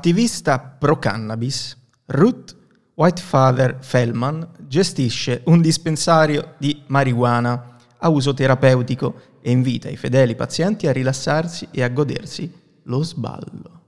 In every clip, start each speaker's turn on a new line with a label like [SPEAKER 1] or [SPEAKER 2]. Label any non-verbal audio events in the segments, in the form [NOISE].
[SPEAKER 1] Attivista pro-cannabis, Ruth Whitefather Fellman gestisce un dispensario di marijuana a uso terapeutico e invita i fedeli pazienti a rilassarsi e a godersi lo sballo.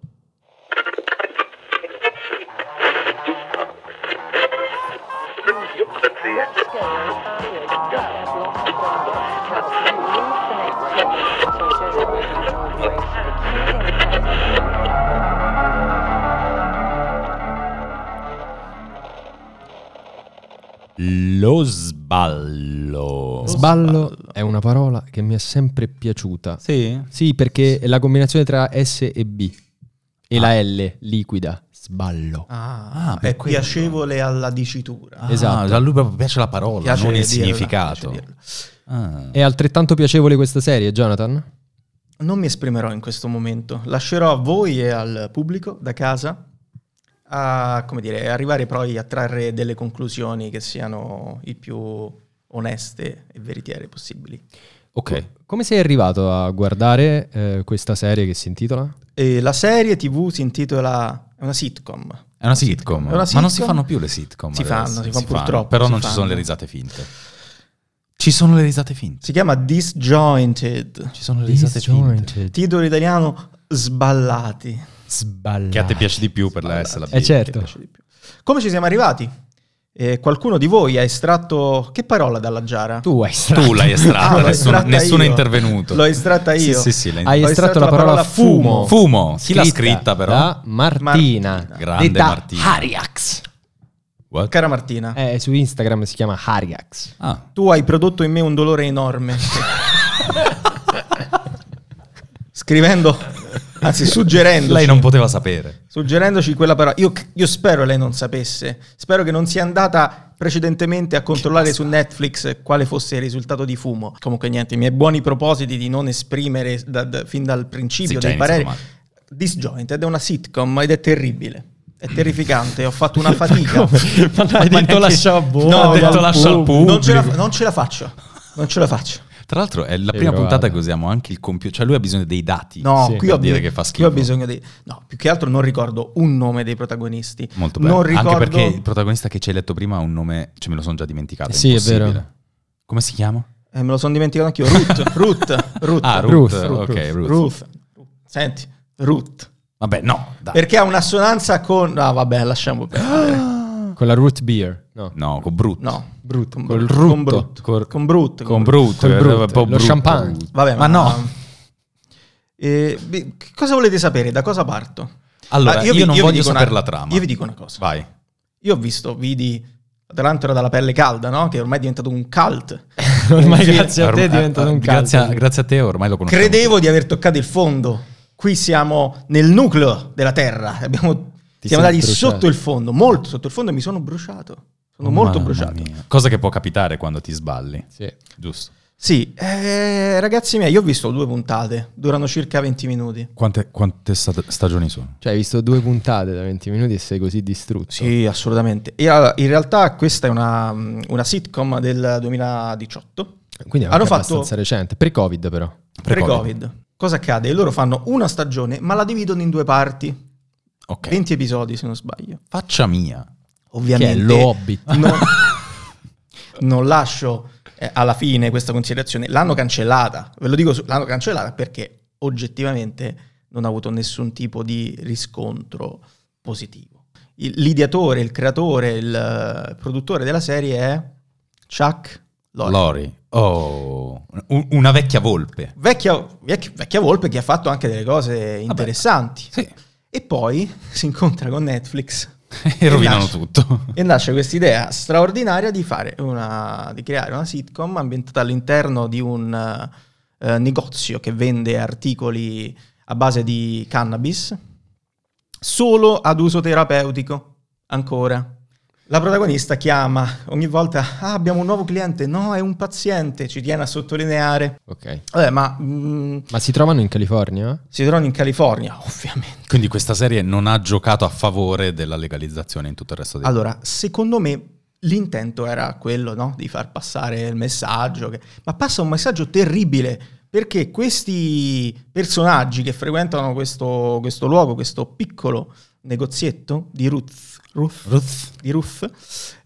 [SPEAKER 2] Lo sballo.
[SPEAKER 3] Sballo,
[SPEAKER 1] sballo.
[SPEAKER 3] è una parola che mi è sempre piaciuta.
[SPEAKER 2] Sì?
[SPEAKER 3] Sì, perché è la combinazione tra S e B e la L liquida. Sballo.
[SPEAKER 1] Ah,
[SPEAKER 2] Ah, per
[SPEAKER 1] è
[SPEAKER 2] quello.
[SPEAKER 1] piacevole alla dicitura.
[SPEAKER 2] Ah,
[SPEAKER 3] Esatto.
[SPEAKER 2] A lui proprio piace la parola,
[SPEAKER 1] Piace
[SPEAKER 2] non il
[SPEAKER 1] dirla,
[SPEAKER 2] significato.
[SPEAKER 1] piace dirla.
[SPEAKER 2] Ah.
[SPEAKER 3] È altrettanto piacevole questa serie, Jonathan?
[SPEAKER 1] Non mi esprimerò in questo momento, lascerò a voi e al pubblico da casa a, come dire, arrivare poi a trarre delle conclusioni che siano il più oneste e veritiere possibili.
[SPEAKER 2] Ok.
[SPEAKER 3] Come sei arrivato a guardare eh, questa serie che si intitola?
[SPEAKER 1] E la serie TV si intitola è una sitcom.
[SPEAKER 2] È una sitcom.
[SPEAKER 1] È una
[SPEAKER 2] ma
[SPEAKER 1] sitcom.
[SPEAKER 2] non si fanno più le sitcom.
[SPEAKER 1] Si
[SPEAKER 2] adesso.
[SPEAKER 1] fanno, si fanno purtroppo,
[SPEAKER 2] Però
[SPEAKER 1] si
[SPEAKER 2] non ci
[SPEAKER 1] fanno.
[SPEAKER 2] sono le risate finte. Ci sono le risate finte.
[SPEAKER 1] Si chiama Disjointed.
[SPEAKER 2] Ci sono le risate finte.
[SPEAKER 1] Titolo italiano Sballati.
[SPEAKER 3] Sballato.
[SPEAKER 2] Che a te piace di più per la S la B.
[SPEAKER 3] Eh, certo.
[SPEAKER 1] Che piace di più. Come ci siamo arrivati? Eh, qualcuno di voi ha estratto che parola dalla giara?
[SPEAKER 3] Tu hai
[SPEAKER 1] [LAUGHS]
[SPEAKER 3] estratto,
[SPEAKER 2] Tu l'hai estratta,
[SPEAKER 1] Ah, l'ho
[SPEAKER 2] nessuno,
[SPEAKER 1] estratta
[SPEAKER 2] nessuno è
[SPEAKER 1] io.
[SPEAKER 2] intervenuto.
[SPEAKER 1] L'ho estratta
[SPEAKER 2] Sì,
[SPEAKER 1] io.
[SPEAKER 2] sì, sì, l'hai-
[SPEAKER 3] hai
[SPEAKER 1] Ho
[SPEAKER 3] estratto la parola, fumo.
[SPEAKER 2] Fumo, chi l'ha scritta però?
[SPEAKER 3] Da Martina.
[SPEAKER 1] Martina.
[SPEAKER 2] Grande
[SPEAKER 3] detta
[SPEAKER 2] Martina.
[SPEAKER 3] Hariax.
[SPEAKER 2] What?
[SPEAKER 1] Cara Martina,
[SPEAKER 3] Eh, su Instagram si chiama Hariax.
[SPEAKER 2] Ah.
[SPEAKER 1] tu hai prodotto in me un dolore
[SPEAKER 2] [LAUGHS]
[SPEAKER 1] enorme. Scrivendo, anzi suggerendo.
[SPEAKER 2] Lei non poteva sapere.
[SPEAKER 1] Suggerendoci quella parola, io, io spero lei non sapesse, spero che non sia andata precedentemente a controllare su Netflix quale fosse il risultato di fumo. Comunque niente, i miei buoni propositi di non esprimere da- da- fin dal
[SPEAKER 2] Sì,
[SPEAKER 1] principio
[SPEAKER 2] già
[SPEAKER 1] dei
[SPEAKER 2] inizia
[SPEAKER 1] pareri.
[SPEAKER 2] male.
[SPEAKER 1] Disjointed è una sitcom ed è terribile, è terrificante, ho fatto
[SPEAKER 2] [LAUGHS]
[SPEAKER 1] una fatica.
[SPEAKER 3] Ma no, hai
[SPEAKER 2] Ma
[SPEAKER 3] detto
[SPEAKER 2] neanche-
[SPEAKER 3] lascia a voi.
[SPEAKER 2] No, ha detto
[SPEAKER 3] dal
[SPEAKER 2] lascia al pubblico.
[SPEAKER 1] non, ce la, non ce la faccio, non ce la faccio.
[SPEAKER 2] Tra l'altro è la
[SPEAKER 3] Sì,
[SPEAKER 2] prima
[SPEAKER 3] guarda.
[SPEAKER 2] puntata che usiamo anche il computer, cioè lui ha bisogno dei dati.
[SPEAKER 1] No,
[SPEAKER 3] Sì,
[SPEAKER 1] qui,
[SPEAKER 2] per
[SPEAKER 1] ho
[SPEAKER 2] dire
[SPEAKER 1] bi-
[SPEAKER 2] che fa
[SPEAKER 1] qui
[SPEAKER 2] schifo.
[SPEAKER 1] ho bisogno di... No, più che altro non ricordo un nome dei protagonisti.
[SPEAKER 2] Molto bello.
[SPEAKER 1] Non ricordo...
[SPEAKER 2] Anche perché il protagonista che ci hai letto prima ha un nome, cioè me lo sono già dimenticato.
[SPEAKER 3] Sì, è
[SPEAKER 2] impossibile.
[SPEAKER 3] vero.
[SPEAKER 2] Come si chiama?
[SPEAKER 1] Eh, me lo sono dimenticato anch'io.
[SPEAKER 2] [LAUGHS]
[SPEAKER 1] Ruth, Ruth, Ruth.
[SPEAKER 2] Ah,
[SPEAKER 3] Ruth,
[SPEAKER 2] Ruth.
[SPEAKER 3] Ruth,
[SPEAKER 2] ok, Ruth.
[SPEAKER 1] Ruth. Senti, Ruth.
[SPEAKER 2] Vabbè, no. dai.
[SPEAKER 1] Perché ha un'assonanza con... No, vabbè, lasciamo perdere.
[SPEAKER 3] Con la root beer. No.
[SPEAKER 2] [GASPS] No, con Brut.
[SPEAKER 1] No.
[SPEAKER 3] Brutto.
[SPEAKER 1] Con
[SPEAKER 3] Col
[SPEAKER 1] brutto.
[SPEAKER 3] rutto.
[SPEAKER 1] Con brutto.
[SPEAKER 2] Col-
[SPEAKER 1] Con brutto.
[SPEAKER 2] Con Brut.
[SPEAKER 3] Col
[SPEAKER 2] eh,
[SPEAKER 3] Brut,
[SPEAKER 2] un po'
[SPEAKER 3] lo
[SPEAKER 2] brutto.
[SPEAKER 3] champagne.
[SPEAKER 1] Vabbè,
[SPEAKER 2] Ma no.
[SPEAKER 1] Eh, beh, che cosa volete sapere? Da cosa parto?
[SPEAKER 2] Allora,
[SPEAKER 1] Ah,
[SPEAKER 2] io,
[SPEAKER 1] vi-
[SPEAKER 2] non
[SPEAKER 1] vi
[SPEAKER 2] voglio
[SPEAKER 1] dico una-
[SPEAKER 2] sapere la trama.
[SPEAKER 1] Io vi dico una cosa.
[SPEAKER 2] Vai.
[SPEAKER 1] Io ho visto vidi Tarantula dalla pelle calda, no? Che ormai è diventato un cult.
[SPEAKER 3] [LAUGHS] Ormai grazie a te
[SPEAKER 2] Ormai-
[SPEAKER 3] è diventato
[SPEAKER 2] ah,
[SPEAKER 3] un
[SPEAKER 2] grazie, a-
[SPEAKER 3] calcio.
[SPEAKER 2] grazie a te ormai lo conosco.
[SPEAKER 1] Credevo di aver toccato il fondo. Qui siamo nel nucleo della Terra. Abbiamo-
[SPEAKER 3] Ti
[SPEAKER 1] siamo
[SPEAKER 3] sei
[SPEAKER 1] andati
[SPEAKER 3] bruciato. Oh,
[SPEAKER 1] sotto il fondo, molto sotto il fondo, e mi sono bruciato. Sono molto bruciato.
[SPEAKER 2] Cosa che può capitare quando ti sballi.
[SPEAKER 3] Sì.
[SPEAKER 2] Giusto.
[SPEAKER 1] Sì, eh, ragazzi miei, io ho visto due puntate, durano circa 20 minuti.
[SPEAKER 2] Quante, quante sta- stagioni sono?
[SPEAKER 3] Cioè, hai visto due puntate da 20 minuti e sei così distrutto.
[SPEAKER 1] Sì, assolutamente. E allora, in realtà questa è una, mm, una sitcom del 2018,
[SPEAKER 3] Quindi è
[SPEAKER 1] Hanno
[SPEAKER 3] anche
[SPEAKER 1] fatto-
[SPEAKER 3] abbastanza recente. Pre-Covid, però.
[SPEAKER 1] pre-Covid. Cosa accade? Loro fanno una stagione, ma la dividono in due parti.
[SPEAKER 2] Ok.
[SPEAKER 1] 20 episodi, se non sbaglio.
[SPEAKER 2] Faccia mia.
[SPEAKER 3] Che è
[SPEAKER 1] Ovviamente...
[SPEAKER 3] lo Hobbit. [LAUGHS]
[SPEAKER 1] non, non lascio eh, alla fine questa considerazione. L'hanno cancellata, ve lo dico, su- l'hanno cancellata perché oggettivamente non ha avuto nessun tipo di riscontro positivo. Il- l'ideatore, il creatore, il eh, produttore della serie è Chuck Lorre.
[SPEAKER 2] Lori. Oh, un- una vecchia volpe.
[SPEAKER 1] Vecchia, vecch- vecchia volpe che ha fatto anche delle cose interessanti.
[SPEAKER 2] Sì.
[SPEAKER 1] E poi si incontra con Netflix
[SPEAKER 2] [LAUGHS] e
[SPEAKER 1] [LAUGHS]
[SPEAKER 2] rovinano
[SPEAKER 1] nasce.
[SPEAKER 2] tutto.
[SPEAKER 1] E nasce questa idea straordinaria di, fare una, di creare una sitcom ambientata all'interno di un eh, negozio che vende articoli a base di cannabis solo ad uso terapeutico, ancora. La protagonista chiama ogni volta, ah abbiamo un nuovo cliente, no è un paziente, ci tiene a sottolineare.
[SPEAKER 3] Ok.
[SPEAKER 1] Vabbè, ma mm,
[SPEAKER 3] Ma si trovano in California?
[SPEAKER 1] si trovano in California, [LAUGHS] ovviamente.
[SPEAKER 2] Quindi questa serie non ha giocato a favore della legalizzazione in tutto il resto del
[SPEAKER 1] Allora, secondo me l'intento era quello, no? Di far passare il messaggio. che- Ma passa un messaggio terribile. perché questi personaggi che frequentano questo, questo luogo, questo piccolo negozietto di Ruth, Ruth- di Ruth,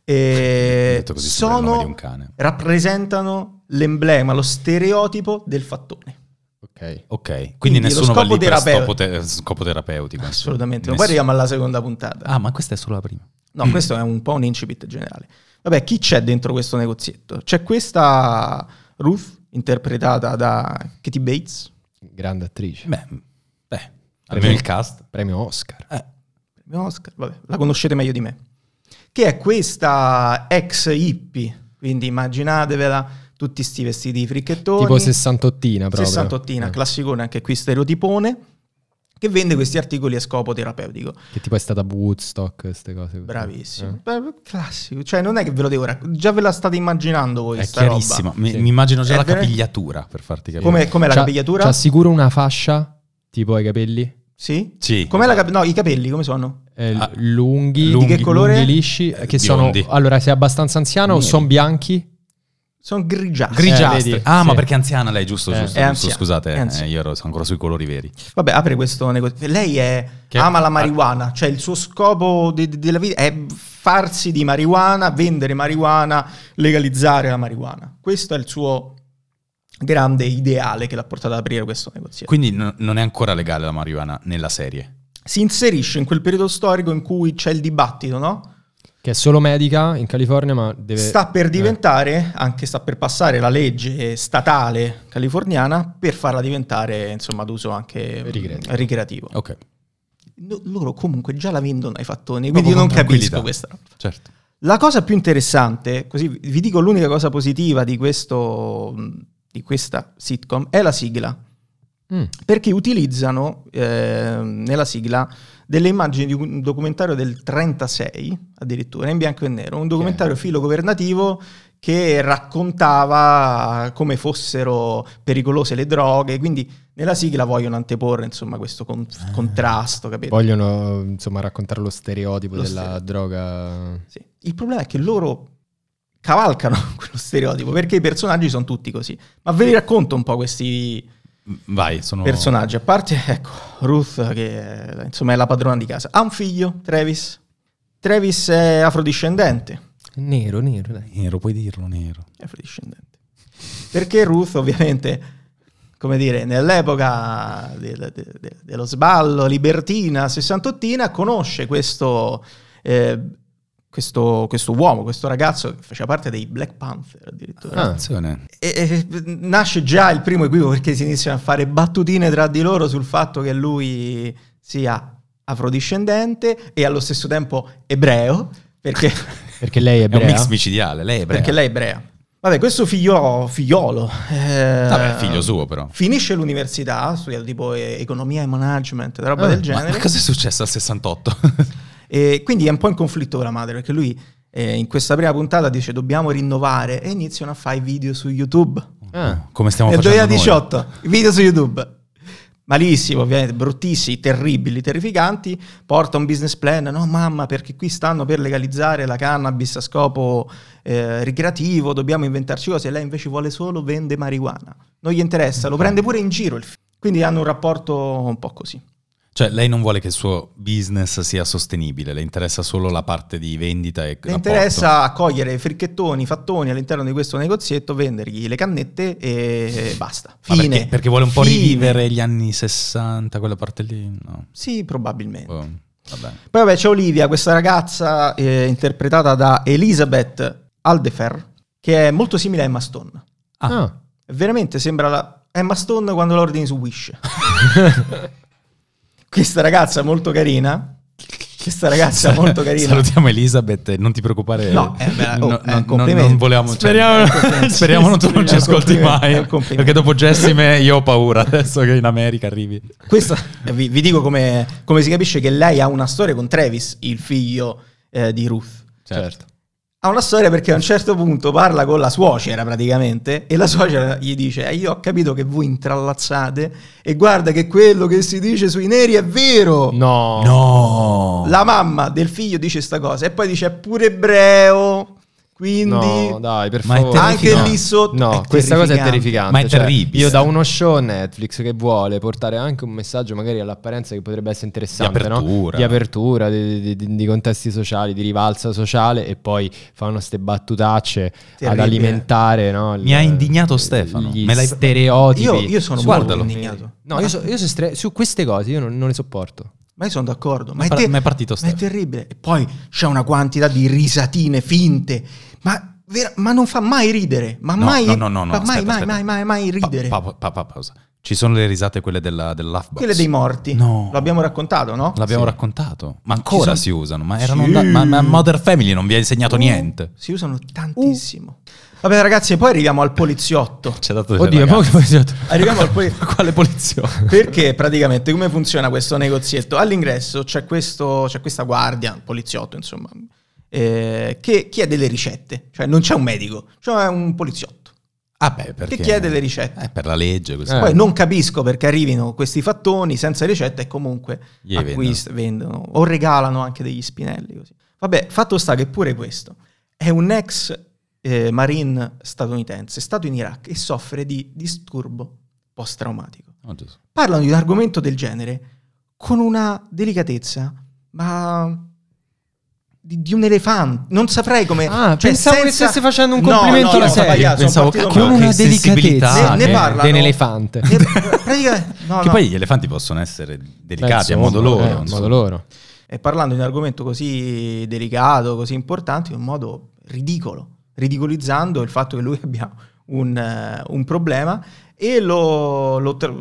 [SPEAKER 1] eh,
[SPEAKER 2] Detto così, sembra il nome di un
[SPEAKER 1] sono,
[SPEAKER 2] cane.
[SPEAKER 1] rappresentano l'emblema, lo stereotipo del fattone.
[SPEAKER 3] Ok.
[SPEAKER 2] Ok, quindi,
[SPEAKER 1] Quindi lo
[SPEAKER 2] nessuno va
[SPEAKER 1] scopo
[SPEAKER 2] lì per
[SPEAKER 1] terapeutico.
[SPEAKER 2] scopo, te- scopo terapeutico. insomma.
[SPEAKER 1] Assolutamente, ma
[SPEAKER 2] Nessuno-
[SPEAKER 1] poi arriviamo alla seconda puntata.
[SPEAKER 2] Ah, ma questa è solo la prima.
[SPEAKER 3] Mm.
[SPEAKER 1] No, questo è un po' un incipit generale. Vabbè, chi c'è dentro questo negozietto? C'è questa Ruth, interpretata da Katie Bates,
[SPEAKER 3] Grande attrice.
[SPEAKER 2] Beh, beh almeno il cast.
[SPEAKER 3] Premio Oscar.
[SPEAKER 1] Eh. premio Oscar, vabbè, la conoscete meglio di me, che è questa ex hippie, quindi immaginatevela tutti sti vestiti fricchettoni.
[SPEAKER 3] Tipo sessantottina proprio.
[SPEAKER 1] Sessantottina,
[SPEAKER 3] Eh.
[SPEAKER 1] classicone, anche qui stereotipone, che vende questi articoli a scopo terapeutico.
[SPEAKER 3] Che tipo è stata Woodstock, queste cose. così.
[SPEAKER 1] Bravissimo.
[SPEAKER 3] Mm. Eh.
[SPEAKER 1] Beh, Classico. Cioè, non è che ve lo devo raccontare. Già ve la state immaginando voi.
[SPEAKER 2] È
[SPEAKER 1] sta roba.
[SPEAKER 2] chiarissimo. Mi,
[SPEAKER 3] Sì.
[SPEAKER 2] mi immagino già
[SPEAKER 1] È
[SPEAKER 2] la
[SPEAKER 1] vera-
[SPEAKER 2] capigliatura per farti capire.
[SPEAKER 1] Come, com'è la
[SPEAKER 3] C'ha-
[SPEAKER 1] capigliatura?
[SPEAKER 3] C'ha sicuro una fascia, tipo ai capelli.
[SPEAKER 1] Sì.
[SPEAKER 2] Sì. Eh,
[SPEAKER 1] Com'è la cap- No, i capelli come sono?
[SPEAKER 3] eh,
[SPEAKER 2] Ah.
[SPEAKER 3] lunghi,
[SPEAKER 2] Lunghi.
[SPEAKER 1] Di che colore?
[SPEAKER 3] lunghi lisci, eh, che
[SPEAKER 2] Biondi.
[SPEAKER 3] sono... Allora, sei abbastanza anziano,
[SPEAKER 2] Neri.
[SPEAKER 3] sono bianchi.
[SPEAKER 1] Sono grigiastri.
[SPEAKER 2] Grigiastri.
[SPEAKER 3] Eh, vedi,
[SPEAKER 2] ah,
[SPEAKER 3] sì.
[SPEAKER 2] ma perché è anziana lei, giusto?
[SPEAKER 3] Eh.
[SPEAKER 2] giusto,
[SPEAKER 1] È
[SPEAKER 2] giusto,
[SPEAKER 1] anziana,
[SPEAKER 2] Scusate,
[SPEAKER 1] è anziana.
[SPEAKER 2] eh, io ero ancora sui colori veri.
[SPEAKER 1] Vabbio, Eh, apre questo negozio. Lei è-
[SPEAKER 2] Che-
[SPEAKER 1] ama la marijuana, cioè il suo scopo de- de- della vita è farsi di marijuana, vendere marijuana, legalizzare la marijuana. Questo è il suo grande ideale che l'ha portato ad aprire questo negozio.
[SPEAKER 2] Quindi no- non è ancora legale la marijuana nella serie.
[SPEAKER 1] Si inserisce in quel periodo storico in cui c'è il dibattito, no?
[SPEAKER 3] Che è solo medica in California, ma deve...
[SPEAKER 1] Sta per
[SPEAKER 3] eh.
[SPEAKER 1] diventare, anche sta per passare la legge statale californiana per farla diventare, insomma, d'uso anche mm,
[SPEAKER 3] Ricreativo.
[SPEAKER 1] ricreativo.
[SPEAKER 2] Ok,
[SPEAKER 1] No, loro comunque già la vendono ai fattoni,
[SPEAKER 2] Proprio
[SPEAKER 1] quindi io non
[SPEAKER 2] con
[SPEAKER 1] capisco questa.
[SPEAKER 2] tranquillità.
[SPEAKER 1] roba.
[SPEAKER 2] certo.
[SPEAKER 1] La cosa più interessante, così vi vi dico l'unica cosa positiva di, questo, di questa sitcom, è la sigla.
[SPEAKER 3] Mm.
[SPEAKER 1] Perché utilizzano eh, nella sigla delle immagini di un documentario del 36, addirittura in bianco e nero, un documentario filogovernativo che raccontava come fossero pericolose le droghe, quindi nella sigla vogliono anteporre insomma questo con-
[SPEAKER 2] Ah.
[SPEAKER 1] contrasto, capito?
[SPEAKER 3] Vogliono insomma raccontare lo stereotipo
[SPEAKER 1] Lo
[SPEAKER 3] della
[SPEAKER 1] stereotipo.
[SPEAKER 3] droga.
[SPEAKER 1] Sì. Il problema è che loro cavalcano [LAUGHS] quello stereotipo perché i personaggi sono tutti così. Ma ve li racconto un po' questi
[SPEAKER 2] M- Vai, sono...
[SPEAKER 1] personaggi. A parte, ecco, Ruth, che eh, insomma è la padrona di casa, ha un figlio, Travis. Travis è afrodiscendente.
[SPEAKER 3] Nero, nero, dai.
[SPEAKER 2] Nero, puoi dirlo nero.
[SPEAKER 1] È afrodiscendente. Perché Ruth, ovviamente, come dire, nell'epoca del- de- de- dello sballo, libertina, sessantottina, conosce questo, eh, questo, questo uomo, questo ragazzo che faceva parte dei Black Panther addirittura.
[SPEAKER 3] Ah.
[SPEAKER 2] Attenzione.
[SPEAKER 1] E, e- nasce già il primo equivoco perché si iniziano a fare battutine tra di loro sul fatto che lui sia afrodiscendente e allo stesso tempo ebreo, perché,
[SPEAKER 3] Perché lei è
[SPEAKER 2] È un
[SPEAKER 3] ebrea.
[SPEAKER 2] mix micidiale, lei è ebrea.
[SPEAKER 1] perché lei è ebrea. Vabbè, questo figlio, figliolo... eh,
[SPEAKER 2] Vabbè, figlio suo però.
[SPEAKER 1] Finisce l'università, ha studiato tipo eh, economia e management, roba
[SPEAKER 3] Ah,
[SPEAKER 1] del
[SPEAKER 2] Eh, Ma,
[SPEAKER 1] genere.
[SPEAKER 2] ma cosa è successo al 68?
[SPEAKER 1] E quindi è un po' in conflitto con la madre, perché lui eh, in questa prima puntata dice dobbiamo rinnovare e iniziano a fare i video su YouTube.
[SPEAKER 3] Ah.
[SPEAKER 2] Come stiamo
[SPEAKER 1] Nel
[SPEAKER 2] facendo
[SPEAKER 1] 2018, i video su YouTube. Malissimo, ovviamente, bruttissimi, terribili, terrificanti. Porta un business plan, no mamma, perché qui stanno per legalizzare la cannabis a scopo eh, ricreativo, dobbiamo inventarci cose. Lei invece vuole solo vende marijuana. Non gli interessa, lo prende pure in giro il figlio. Quindi hanno un rapporto un po' così.
[SPEAKER 2] noi? Cioè, lei non vuole che il suo business sia sostenibile, le interessa solo la parte di vendita e
[SPEAKER 1] Le
[SPEAKER 2] rapporto. Ah,
[SPEAKER 1] interessa accogliere i fricchettoni, i fattoni all'interno di questo negozietto, vendergli le cannette e basta.
[SPEAKER 2] Ma
[SPEAKER 1] Fine.
[SPEAKER 2] Perché, perché vuole un po'
[SPEAKER 1] Fine.
[SPEAKER 2] rivivere gli anni 60, quella parte lì? No.
[SPEAKER 1] Sì, probabilmente.
[SPEAKER 2] Oh, vabbè.
[SPEAKER 1] Poi vabbè c'è Olivia, questa ragazza eh, interpretata da Elizabeth Aldefer, che è molto simile a Emma Stone.
[SPEAKER 2] Ah.
[SPEAKER 3] Ah.
[SPEAKER 1] Veramente sembra la Emma Stone quando la ordini su Wish. [LAUGHS] questa ragazza molto carina. Questa ragazza molto carina.
[SPEAKER 2] [LAUGHS] Salutiamo Elisabeth, non ti preoccupare.
[SPEAKER 1] No, eh, beh, oh,
[SPEAKER 2] no,
[SPEAKER 1] è
[SPEAKER 2] no,
[SPEAKER 1] un complimento.
[SPEAKER 2] non volevamo. cioè, [LAUGHS]
[SPEAKER 3] Speriamo-
[SPEAKER 2] eh, complimento. speriamo non tu
[SPEAKER 1] Sì,
[SPEAKER 2] non
[SPEAKER 1] [LAUGHS]
[SPEAKER 2] ci
[SPEAKER 1] è un
[SPEAKER 2] ascolti
[SPEAKER 1] complimento, è
[SPEAKER 2] mai.
[SPEAKER 1] un complimento.
[SPEAKER 2] Perché dopo Jessime io ho paura [LAUGHS] adesso che in America arrivi.
[SPEAKER 1] Questa, eh, vi, vi dico come, come si capisce che lei ha una storia con Travis, il figlio eh, di Ruth.
[SPEAKER 3] Certo.
[SPEAKER 1] Ha una storia perché a un certo punto parla con la suocera praticamente e la suocera gli dice "Eh, io ho capito che voi intrallazzate e guarda che quello che si dice sui neri è vero.
[SPEAKER 3] No.
[SPEAKER 2] No,
[SPEAKER 1] La mamma del figlio dice sta cosa e poi dice è pure ebreo. Quindi
[SPEAKER 4] No, dai, per
[SPEAKER 2] Ma è
[SPEAKER 4] favore.
[SPEAKER 1] anche
[SPEAKER 2] terrificante.
[SPEAKER 1] lì sotto...
[SPEAKER 4] No,
[SPEAKER 1] è
[SPEAKER 4] questa cosa è
[SPEAKER 1] terrificante.
[SPEAKER 4] terrificante.
[SPEAKER 2] Ma è
[SPEAKER 4] cioè,
[SPEAKER 2] terribile.
[SPEAKER 4] Io da uno show Netflix che vuole portare anche un messaggio, magari all'apparenza che potrebbe essere interessante,
[SPEAKER 2] Di
[SPEAKER 4] no?
[SPEAKER 2] apertura.
[SPEAKER 4] di apertura, di, di- di- di contesti sociali, di rivalsa sociale, e poi fanno ste battutacce ad
[SPEAKER 1] Terribile.
[SPEAKER 4] alimentare. no, il-
[SPEAKER 2] Mi ha indignato Stefano.
[SPEAKER 4] Gli
[SPEAKER 2] Me l'hai-
[SPEAKER 4] stereotipi.
[SPEAKER 1] Io- io sono
[SPEAKER 4] Su-
[SPEAKER 1] molto
[SPEAKER 4] Guardalo.
[SPEAKER 1] indignato.
[SPEAKER 4] No, io, so- io so stre- su queste cose io non, non le sopporto.
[SPEAKER 1] Ma io sono d'accordo. Ma,
[SPEAKER 2] Ma
[SPEAKER 1] è,
[SPEAKER 2] par-
[SPEAKER 1] ter-
[SPEAKER 2] ma è partito
[SPEAKER 1] ma è
[SPEAKER 2] Stefano.
[SPEAKER 1] terribile. E poi c'è una quantità di risatine finte. Ma, vera- ma non fa mai ridere. Ma
[SPEAKER 2] No,
[SPEAKER 1] mai,
[SPEAKER 2] no, no, no, no,
[SPEAKER 1] ma mai,
[SPEAKER 2] aspetta,
[SPEAKER 1] mai,
[SPEAKER 2] aspetta.
[SPEAKER 1] mai, mai, mai ridere.
[SPEAKER 2] Pa- pa- pa- pa- pausa. Ci sono le risate quelle della, del laugh box.
[SPEAKER 1] Boh, Quelle dei morti.
[SPEAKER 2] No.
[SPEAKER 1] Lo abbiamo raccontato, no?
[SPEAKER 2] L'abbiamo
[SPEAKER 1] Sì.
[SPEAKER 2] raccontato. Ma ancora
[SPEAKER 1] Ci
[SPEAKER 2] si
[SPEAKER 1] sono-
[SPEAKER 2] usano. Ma, erano
[SPEAKER 1] Sì. Mm.
[SPEAKER 2] da- ma, ma Mother Family non vi ha insegnato niente.
[SPEAKER 1] Si usano tantissimo. Vabbè, ragazzi, poi arriviamo al poliziotto.
[SPEAKER 2] C'è dato
[SPEAKER 4] Oddio, ma che poliziotto.
[SPEAKER 1] Arriviamo al
[SPEAKER 2] [LAUGHS]
[SPEAKER 1] poliziotto.
[SPEAKER 2] Quale poliziotto?
[SPEAKER 1] Perché praticamente come funziona questo negozietto? All'ingresso c'è, questo, c'è questa guardia, poliziotto insomma, eh, che chiede le ricette, cioè non c'è un medico, cioè un poliziotto.
[SPEAKER 2] Ah beh, perché...
[SPEAKER 1] Che chiede le ricette.
[SPEAKER 2] Eh, per la legge. questo.
[SPEAKER 4] Eh.
[SPEAKER 1] Poi non capisco perché arrivino questi fattoni senza ricetta e comunque
[SPEAKER 2] Gli
[SPEAKER 1] acquist- vendono. o regalano anche degli spinelli. Così. Vabbè, fatto sta che pure questo è un ex eh, marine statunitense, stato in Iraq e soffre di disturbo post-traumatico
[SPEAKER 2] Oh, Gesù.
[SPEAKER 1] parlano di un argomento del genere con una delicatezza, ma di, di un elefante. Non saprei come.
[SPEAKER 4] Ah, pensavo che stesse facendo un
[SPEAKER 1] Eh, cioè, No,
[SPEAKER 4] complimento
[SPEAKER 1] no,
[SPEAKER 4] alla
[SPEAKER 1] no,
[SPEAKER 4] serie.
[SPEAKER 1] sbagliato, sono
[SPEAKER 2] Pensavo
[SPEAKER 1] partito
[SPEAKER 2] che-
[SPEAKER 1] male.
[SPEAKER 4] Con una
[SPEAKER 2] che sensibilità,
[SPEAKER 4] delicatezza
[SPEAKER 1] Ne- ne
[SPEAKER 4] eh,
[SPEAKER 1] parlano-
[SPEAKER 4] dell'elefante.
[SPEAKER 1] Eh, praticamente- no,
[SPEAKER 2] che
[SPEAKER 1] no.
[SPEAKER 2] poi gli elefanti possono essere delicati
[SPEAKER 4] Beh,
[SPEAKER 2] a modo
[SPEAKER 4] insomma,
[SPEAKER 2] loro.
[SPEAKER 4] eh, a
[SPEAKER 2] insomma.
[SPEAKER 4] modo loro.
[SPEAKER 1] E parlando di un argomento così delicato, così importante, in un modo ridicolo, ridicolizzando il fatto che lui [LAUGHS] abbia un, eh, un problema e lo, lo tra-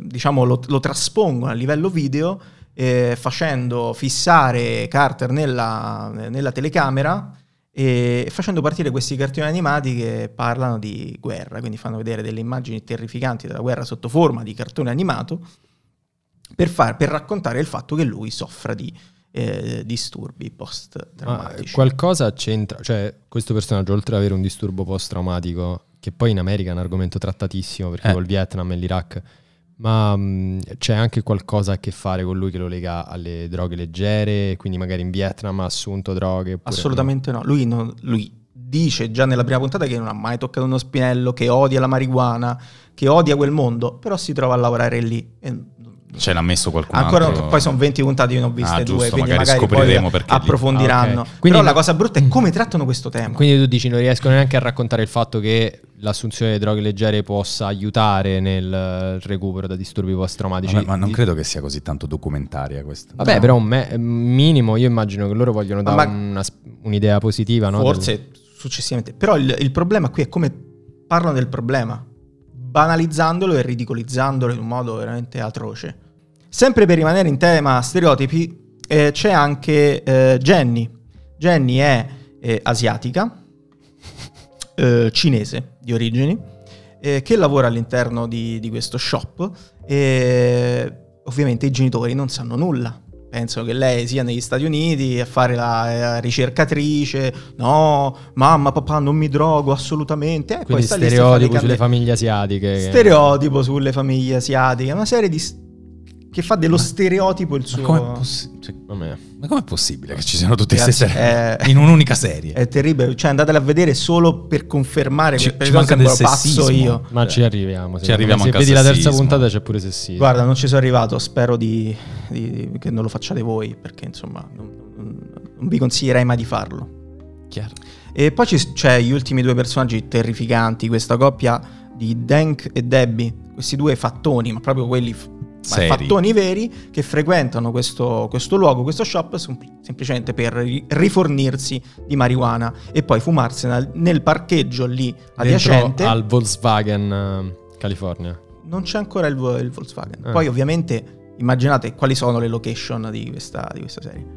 [SPEAKER 1] diciamo, lo- lo traspongono a livello video eh, facendo fissare Carter nella, nella telecamera e facendo partire questi cartoni animati che parlano di guerra, quindi fanno vedere delle immagini terrificanti della guerra sotto forma di cartone animato per, far- per raccontare il fatto che lui soffra di eh, disturbi
[SPEAKER 4] Ma
[SPEAKER 1] post-traumatici.
[SPEAKER 4] qualcosa c'entra, cioè questo personaggio oltre ad avere un disturbo post-traumatico, che poi in America è un argomento trattatissimo perché
[SPEAKER 2] Eh.
[SPEAKER 4] col Vietnam e l'Iraq, ma mh, c'è anche qualcosa a che fare con lui che lo lega alle droghe leggere, quindi magari in Vietnam ha assunto droghe. oppure-
[SPEAKER 1] Assolutamente no. Lui, non- lui dice già nella prima puntata che non ha mai toccato uno spinello, che odia la marijuana, che odia quel mondo, però si trova a lavorare lì. E-
[SPEAKER 2] Ce l'ha messo qualcun
[SPEAKER 1] Ancora
[SPEAKER 2] altro.
[SPEAKER 1] poi sono 20 puntate, io ne ho viste
[SPEAKER 2] Ah, giusto,
[SPEAKER 1] due, quindi
[SPEAKER 2] magari
[SPEAKER 1] magari,
[SPEAKER 2] scopriremo
[SPEAKER 1] poi
[SPEAKER 2] perché lì-
[SPEAKER 1] approfondiranno.
[SPEAKER 4] Ah, ok. Quindi
[SPEAKER 1] però la
[SPEAKER 4] no-
[SPEAKER 1] cosa brutta
[SPEAKER 2] Mm.
[SPEAKER 1] è come trattano questo tema.
[SPEAKER 4] Quindi tu dici non riescono neanche a raccontare il fatto che l'assunzione di droghe leggere possa aiutare nel recupero da disturbi post-traumatici.
[SPEAKER 2] Vabbè, ma non
[SPEAKER 4] Di-
[SPEAKER 2] credo che sia così tanto documentaria questa.
[SPEAKER 4] Vabbè,
[SPEAKER 1] No.
[SPEAKER 4] però un me- minimo, io immagino che loro vogliono
[SPEAKER 1] Ma-
[SPEAKER 4] dare una sp- un'idea positiva, no?
[SPEAKER 1] Forse successivamente. Però il, il problema qui è come parlano del problema, banalizzandolo e ridicolizzandolo in un modo veramente atroce. Sempre per rimanere in tema stereotipi, eh, c'è anche eh, Jenny. Jenny è eh, asiatica, [LAUGHS] eh, cinese di origini, eh, che lavora all'interno di, di questo shop e ovviamente i genitori non sanno nulla. Pensano che lei sia negli Stati Uniti a fare la eh, ricercatrice, no, mamma, papà, non mi drogo assolutamente. Eh, poi
[SPEAKER 4] Quindi
[SPEAKER 1] sta lì, si fa le
[SPEAKER 4] stereotipo sulle
[SPEAKER 1] candele-
[SPEAKER 4] famiglie asiatiche. che-
[SPEAKER 1] stereotipo sulle famiglie asiatiche, una serie di... s- che fa dello
[SPEAKER 2] Ma-
[SPEAKER 1] stereotipo il
[SPEAKER 2] Ma
[SPEAKER 1] suo...
[SPEAKER 2] com'è, possi- cioè,
[SPEAKER 4] Vabbè.
[SPEAKER 2] ma com'è possibile che ci siano tutte queste
[SPEAKER 1] Ragazzi,
[SPEAKER 2] serie
[SPEAKER 1] eh,
[SPEAKER 2] in un'unica serie?
[SPEAKER 1] È terribile, cioè andatela a vedere solo per confermare
[SPEAKER 2] Ci-
[SPEAKER 1] che perché
[SPEAKER 2] ci manca
[SPEAKER 1] sennò
[SPEAKER 2] del
[SPEAKER 1] sembro pazzo
[SPEAKER 2] sessismo.
[SPEAKER 1] io.
[SPEAKER 4] Ma
[SPEAKER 2] Eh.
[SPEAKER 4] ci arriviamo.
[SPEAKER 2] Ci
[SPEAKER 4] secondo
[SPEAKER 2] arriviamo
[SPEAKER 4] me. Se
[SPEAKER 2] anche
[SPEAKER 4] vedi
[SPEAKER 2] al
[SPEAKER 4] la terza
[SPEAKER 2] sessismo.
[SPEAKER 4] puntata c'è pure sessismo.
[SPEAKER 1] Guarda, non ci sono arrivato, spero di, di- che non lo facciate voi, perché insomma non, non- non vi consiglierei mai di farlo.
[SPEAKER 2] Chiaro.
[SPEAKER 1] E poi ci- c'è gli ultimi due personaggi terrificanti, questa coppia di Dank e Debbie, questi due fattoni, ma proprio quelli f- ma
[SPEAKER 2] Seri.
[SPEAKER 1] fattoni veri che frequentano questo, questo luogo, questo shop, sem- semplicemente per ri- rifornirsi di marijuana e poi fumarsene nel parcheggio lì
[SPEAKER 4] Dentro
[SPEAKER 1] adiacente.
[SPEAKER 4] al Volkswagen eh, California.
[SPEAKER 1] Non c'è ancora il, vo- il Volkswagen.
[SPEAKER 4] Eh.
[SPEAKER 1] Poi ovviamente immaginate quali sono le location di questa, di questa serie.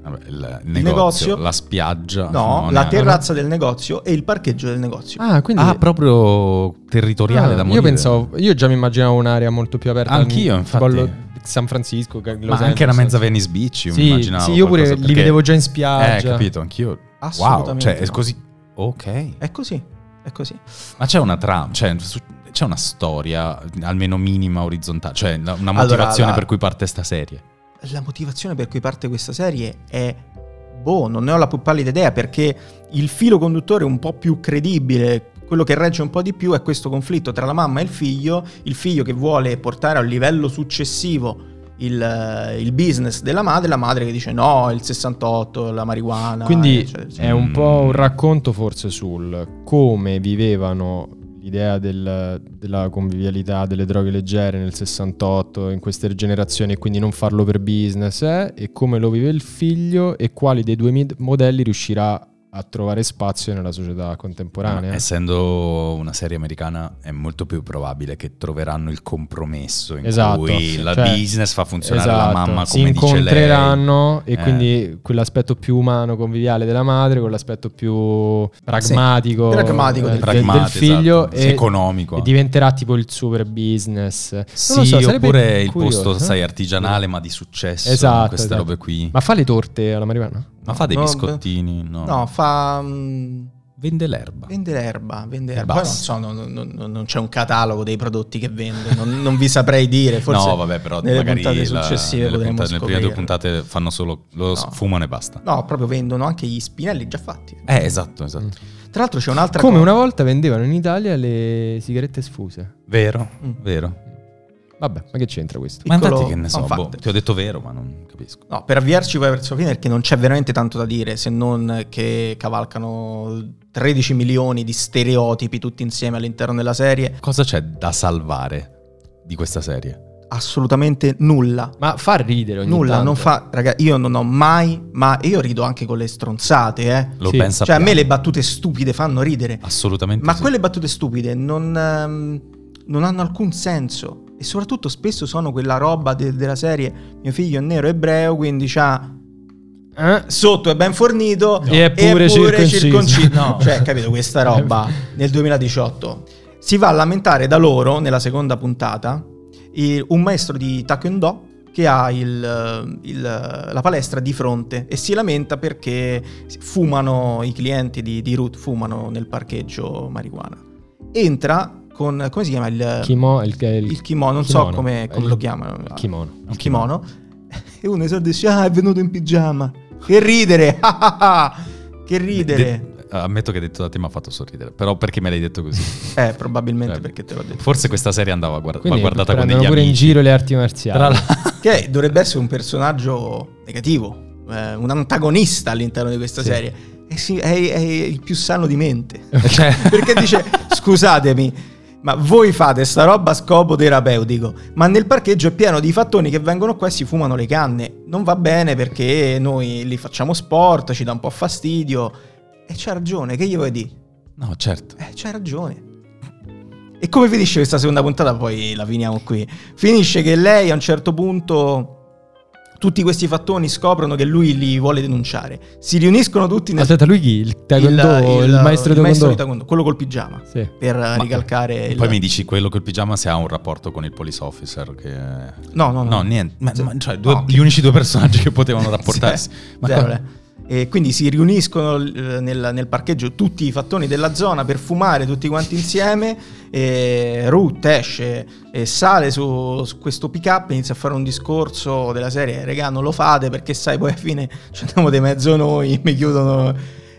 [SPEAKER 2] Vabbè, il, negozio,
[SPEAKER 1] negozio.
[SPEAKER 2] la spiaggia.
[SPEAKER 1] No, la
[SPEAKER 2] neanche.
[SPEAKER 1] terrazza del negozio e il parcheggio del negozio.
[SPEAKER 4] Ah, quindi...
[SPEAKER 2] Ah, proprio territoriale
[SPEAKER 4] Ah,
[SPEAKER 2] da morire.
[SPEAKER 4] io pensavo, io già mi immaginavo un'area molto più aperta.
[SPEAKER 2] Anch'io,
[SPEAKER 4] tipo
[SPEAKER 2] infatti.
[SPEAKER 4] allo- San Francisco, Los
[SPEAKER 2] Ma
[SPEAKER 4] Angeles.
[SPEAKER 2] anche la mezza Venice Beach, io
[SPEAKER 4] Sì,
[SPEAKER 2] mi immaginavo.
[SPEAKER 4] sì, io pure
[SPEAKER 2] qualcosa,
[SPEAKER 4] li
[SPEAKER 2] perché-
[SPEAKER 4] vedevo già in spiaggia.
[SPEAKER 2] Eh, capito, anch'io. Wow,
[SPEAKER 1] Assolutamente
[SPEAKER 2] cioè, è
[SPEAKER 1] no.
[SPEAKER 2] così. Ok.
[SPEAKER 1] È così, è così.
[SPEAKER 2] Ma c'è una trama, cioè, su- c'è una storia almeno minima orizzontale, cioè la- una
[SPEAKER 1] Allora,
[SPEAKER 2] motivazione
[SPEAKER 1] la-
[SPEAKER 2] per cui parte sta serie.
[SPEAKER 1] La motivazione per cui parte questa serie è Boh, non ne ho la più pallida idea perché il filo conduttore un po' più credibile, quello che regge un po' di più è questo conflitto tra la mamma e il figlio, il figlio che vuole portare a un livello successivo il, eh, il business della madre, la madre che dice no, il 68, la marijuana.
[SPEAKER 4] Quindi
[SPEAKER 1] eccetera, eccetera.
[SPEAKER 4] è un po'
[SPEAKER 2] Mm.
[SPEAKER 4] un racconto forse sul come vivevano l'idea del- della convivialità delle droghe leggere nel 68 in queste generazioni e quindi non farlo per business eh, e come lo vive il figlio e quali dei due mid- modelli riuscirà a trovare spazio nella società contemporanea.
[SPEAKER 2] Ah, Essendo una serie americana è molto più probabile che troveranno il compromesso in
[SPEAKER 4] Esatto,
[SPEAKER 2] cui la
[SPEAKER 4] cioè-
[SPEAKER 2] business fa funzionare la
[SPEAKER 4] Esatto,
[SPEAKER 2] mamma come
[SPEAKER 4] si
[SPEAKER 2] dice lei.
[SPEAKER 4] incontreranno e
[SPEAKER 2] Eh.
[SPEAKER 4] quindi quell'aspetto più umano, conviviale della madre, con l'aspetto più pragmatico,
[SPEAKER 1] pragmatico
[SPEAKER 4] eh,
[SPEAKER 1] del-
[SPEAKER 4] de-
[SPEAKER 2] Pragmatico,
[SPEAKER 4] del figlio
[SPEAKER 2] esatto.
[SPEAKER 4] e,
[SPEAKER 2] economico.
[SPEAKER 4] e diventerà tipo il super business. Non
[SPEAKER 2] Sì,
[SPEAKER 4] lo so, sarebbe
[SPEAKER 2] oppure il
[SPEAKER 4] curioso,
[SPEAKER 2] posto,
[SPEAKER 4] eh?
[SPEAKER 2] sai, artigianale, ma di successo.
[SPEAKER 4] Esatto,
[SPEAKER 2] queste
[SPEAKER 4] esatto.
[SPEAKER 2] robe qui. Ma,
[SPEAKER 4] Ma fa le torte alla marijuana?
[SPEAKER 2] fa dei
[SPEAKER 1] No,
[SPEAKER 2] biscottini? eh, No.
[SPEAKER 1] No, fa... mm,
[SPEAKER 2] Vende l'erba.
[SPEAKER 1] Vende l'erba, vende
[SPEAKER 2] E
[SPEAKER 1] l'erba. Poi non
[SPEAKER 2] basta.
[SPEAKER 1] so, non, non- non- non c'è un catalogo dei prodotti che vende, non, non vi saprei dire. Forse
[SPEAKER 2] [LAUGHS] no, vabbè, però
[SPEAKER 1] nelle
[SPEAKER 2] magari
[SPEAKER 1] puntate
[SPEAKER 2] la-
[SPEAKER 1] successive
[SPEAKER 2] nelle,
[SPEAKER 1] potremmo
[SPEAKER 2] puntate- nelle prime due
[SPEAKER 1] scoprirlo.
[SPEAKER 2] puntate fanno solo lo
[SPEAKER 1] No.
[SPEAKER 2] fumano e basta.
[SPEAKER 1] No, proprio vendono anche gli spinelli già fatti.
[SPEAKER 2] Eh, esatto, esatto.
[SPEAKER 1] Tra l'altro c'è un'altra
[SPEAKER 4] Come
[SPEAKER 1] cosa.
[SPEAKER 4] una volta vendevano in Italia le sigarette sfuse.
[SPEAKER 2] Vero,
[SPEAKER 1] Mm.
[SPEAKER 2] vero.
[SPEAKER 4] Vabbè, ma che c'entra questo?
[SPEAKER 2] Ma
[SPEAKER 1] Piccolo
[SPEAKER 2] infatti che ne so,
[SPEAKER 1] fun
[SPEAKER 2] boh,
[SPEAKER 1] fact.
[SPEAKER 2] ti ho detto vero, ma non capisco.
[SPEAKER 1] No, per avviarci poi verso la fine perché non c'è veramente tanto da dire se non che cavalcano 13 milioni di stereotipi tutti insieme all'interno della serie.
[SPEAKER 2] Cosa c'è da salvare di questa serie?
[SPEAKER 1] Assolutamente nulla.
[SPEAKER 4] Ma fa ridere ogni
[SPEAKER 1] Nulla,
[SPEAKER 4] tanto.
[SPEAKER 1] non fa... Raga, io non ho mai... Ma io rido anche con le stronzate, eh.
[SPEAKER 2] Lo
[SPEAKER 4] Sì.
[SPEAKER 1] Cioè
[SPEAKER 2] ben
[SPEAKER 1] a
[SPEAKER 2] sappiamo.
[SPEAKER 1] me le battute stupide fanno ridere.
[SPEAKER 2] Assolutamente
[SPEAKER 1] Ma
[SPEAKER 2] sì.
[SPEAKER 1] quelle battute stupide non, ehm, non hanno alcun senso. E soprattutto spesso sono quella roba de- della serie mio figlio è nero ebreo, quindi c'ha
[SPEAKER 4] Eh?
[SPEAKER 1] sotto è ben fornito
[SPEAKER 4] E è pure circonciso.
[SPEAKER 1] circonci-
[SPEAKER 4] [LAUGHS] No.
[SPEAKER 1] Cioè, capito, questa roba nel 2018 si va a lamentare da loro nella seconda puntata il- un maestro di taekwondo che ha il- il- la palestra di fronte e si lamenta perché fumano i clienti di, di Ruth fumano nel parcheggio marijuana. Entra con come si chiama il
[SPEAKER 4] Kimo- il, il-
[SPEAKER 1] il kimono, non
[SPEAKER 4] kimono.
[SPEAKER 1] so come, come
[SPEAKER 4] Il-
[SPEAKER 1] lo chiamano.
[SPEAKER 4] il kimono.
[SPEAKER 1] Il kimono. E uno esordisce, ah, è venuto in pigiama. Che ridere! [LAUGHS] ah, ah, ah, che ridere!
[SPEAKER 2] De- eh, ammetto che detto da te mi ha fatto sorridere, però perché me l'hai detto così?
[SPEAKER 1] [LAUGHS] Eh, probabilmente
[SPEAKER 2] Eh.
[SPEAKER 1] perché te l'ho detto.
[SPEAKER 2] Forse questa serie andava guard- va
[SPEAKER 4] Quindi
[SPEAKER 2] guardata con
[SPEAKER 4] prendono
[SPEAKER 2] degli
[SPEAKER 4] pure in
[SPEAKER 2] amici.
[SPEAKER 4] giro le arti marziali.
[SPEAKER 2] Tra l'altro,
[SPEAKER 1] Che dovrebbe essere un personaggio negativo, eh, un antagonista all'interno di questa
[SPEAKER 4] Sì.
[SPEAKER 1] serie. E sì, è, è il più sano di mente.
[SPEAKER 2] cioè,
[SPEAKER 1] [LAUGHS] Perché dice, scusatemi, ma voi fate sta roba a scopo terapeutico, ma nel parcheggio è pieno di fattoni che vengono qua e si fumano le canne. Non va bene perché noi li facciamo sport, ci dà un po' fastidio. E c'ha ragione, che gli vuoi dire?
[SPEAKER 2] [LAUGHS] no, certo.
[SPEAKER 1] Eh, c'hai ragione. E come finisce questa seconda puntata? Poi la finiamo qui. Finisce che lei a un certo punto. Tutti questi fattoni scoprono che lui li vuole denunciare. Si riuniscono tutti nel
[SPEAKER 4] Aspetta, lui chi? Il taekwondo, il, maestro
[SPEAKER 1] il
[SPEAKER 4] taekwondo.
[SPEAKER 1] di taekwondo, quello col pigiama.
[SPEAKER 4] Sì.
[SPEAKER 1] Per eh,
[SPEAKER 2] Ma-
[SPEAKER 1] ricalcare il...
[SPEAKER 2] Poi mi dici quello col pigiama se ha un rapporto con il police officer che
[SPEAKER 1] No, no, no.
[SPEAKER 2] No, niente. Ma,
[SPEAKER 1] Sì.
[SPEAKER 2] ma- cioè, due-
[SPEAKER 1] No.
[SPEAKER 2] gli unici due personaggi
[SPEAKER 1] [LAUGHS]
[SPEAKER 2] che potevano rapportarsi. ma
[SPEAKER 1] Zero,
[SPEAKER 2] qua-
[SPEAKER 1] eh. E quindi si riuniscono eh, nel, nel parcheggio tutti i fattoni della zona per fumare tutti quanti insieme. E Ruth esce e sale su, su questo pick up. Inizia a fare un discorso della serie: Regà, non lo fate perché sai, poi alla fine [LAUGHS] ci andiamo di mezzo noi. Mi chiudono.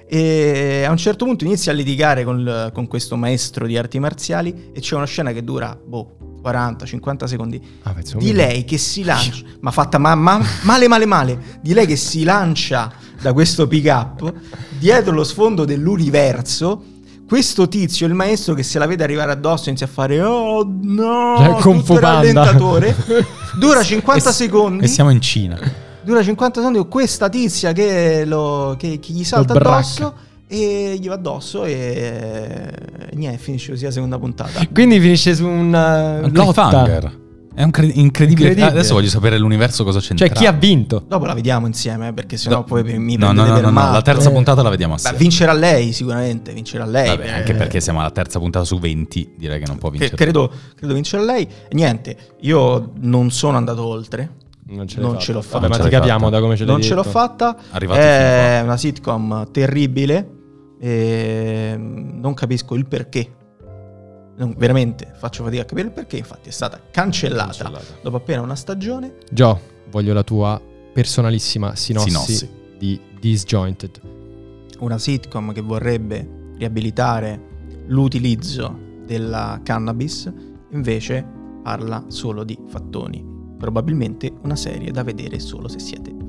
[SPEAKER 1] E a un certo punto inizia a litigare con, il- con questo maestro di arti marziali. E c'è una scena che dura boh, 40-50 secondi
[SPEAKER 4] Ah, penso
[SPEAKER 1] di
[SPEAKER 4] un-
[SPEAKER 1] lei che si lancia, ma fatta ma- ma- male male male, di lei che si lancia da questo pick up dietro lo sfondo dell'universo. Questo tizio, il maestro che se la vede arrivare addosso inizia a fare oh no,
[SPEAKER 4] [LAUGHS] Cioè, Kung
[SPEAKER 1] tutto
[SPEAKER 4] Fu
[SPEAKER 1] il
[SPEAKER 4] Panda.
[SPEAKER 2] [LAUGHS]
[SPEAKER 1] rallentatore. Dura 50
[SPEAKER 2] e s-
[SPEAKER 1] secondi.
[SPEAKER 2] E siamo in Cina.
[SPEAKER 1] Dura 50 secondi con questa tizia che, lo- che- che gli salta
[SPEAKER 4] bracca.
[SPEAKER 1] addosso e gli va addosso e, e niente, finisce così la seconda puntata.
[SPEAKER 4] [LAUGHS] Quindi finisce su una
[SPEAKER 2] Un
[SPEAKER 4] lotta.
[SPEAKER 2] cliffhanger. È un cre- incredibile.
[SPEAKER 4] Incredibile.
[SPEAKER 2] Adesso voglio sapere l'universo cosa c'entra.
[SPEAKER 4] Cioè, chi ha vinto?
[SPEAKER 1] Dopo la vediamo insieme, eh, perché sennò
[SPEAKER 2] No,
[SPEAKER 1] poi mi
[SPEAKER 2] no,
[SPEAKER 1] prendete
[SPEAKER 2] no, no,
[SPEAKER 1] per
[SPEAKER 2] no, no,
[SPEAKER 1] matto.
[SPEAKER 2] la terza
[SPEAKER 4] Eh.
[SPEAKER 2] puntata la vediamo
[SPEAKER 1] Beh,
[SPEAKER 2] assieme.
[SPEAKER 1] vincerà lei sicuramente, vincerà lei.
[SPEAKER 2] Vabbè,
[SPEAKER 1] eh,
[SPEAKER 2] anche perché siamo alla terza puntata su 20, direi che non può
[SPEAKER 1] che-
[SPEAKER 2] vincere.
[SPEAKER 1] credo, credo vincerà lei. Niente, io non sono andato oltre,
[SPEAKER 4] Non ce,
[SPEAKER 1] l'hai Non fatta. ce l'ho fatta.
[SPEAKER 4] Vabbè, ma
[SPEAKER 2] Non
[SPEAKER 4] ti
[SPEAKER 2] ce l'hai
[SPEAKER 4] capiamo
[SPEAKER 2] fatta.
[SPEAKER 4] da come ce l'hai
[SPEAKER 1] non ce l'ho
[SPEAKER 4] detto.
[SPEAKER 1] fatta.
[SPEAKER 2] Arrivati fino
[SPEAKER 1] È una sitcom terribile, e non capisco il perché. Non- veramente faccio fatica a capire il perché, infatti è stata cancellata,
[SPEAKER 2] Cioè,
[SPEAKER 4] Cancellata.
[SPEAKER 1] dopo appena una stagione.
[SPEAKER 4] Gio, voglio la tua personalissima sinossi,
[SPEAKER 2] Sinossi.
[SPEAKER 4] di disjointed.
[SPEAKER 1] una sitcom che vorrebbe riabilitare l'utilizzo della cannabis, invece parla solo di fattoni. Probabilmente una serie da vedere solo se siete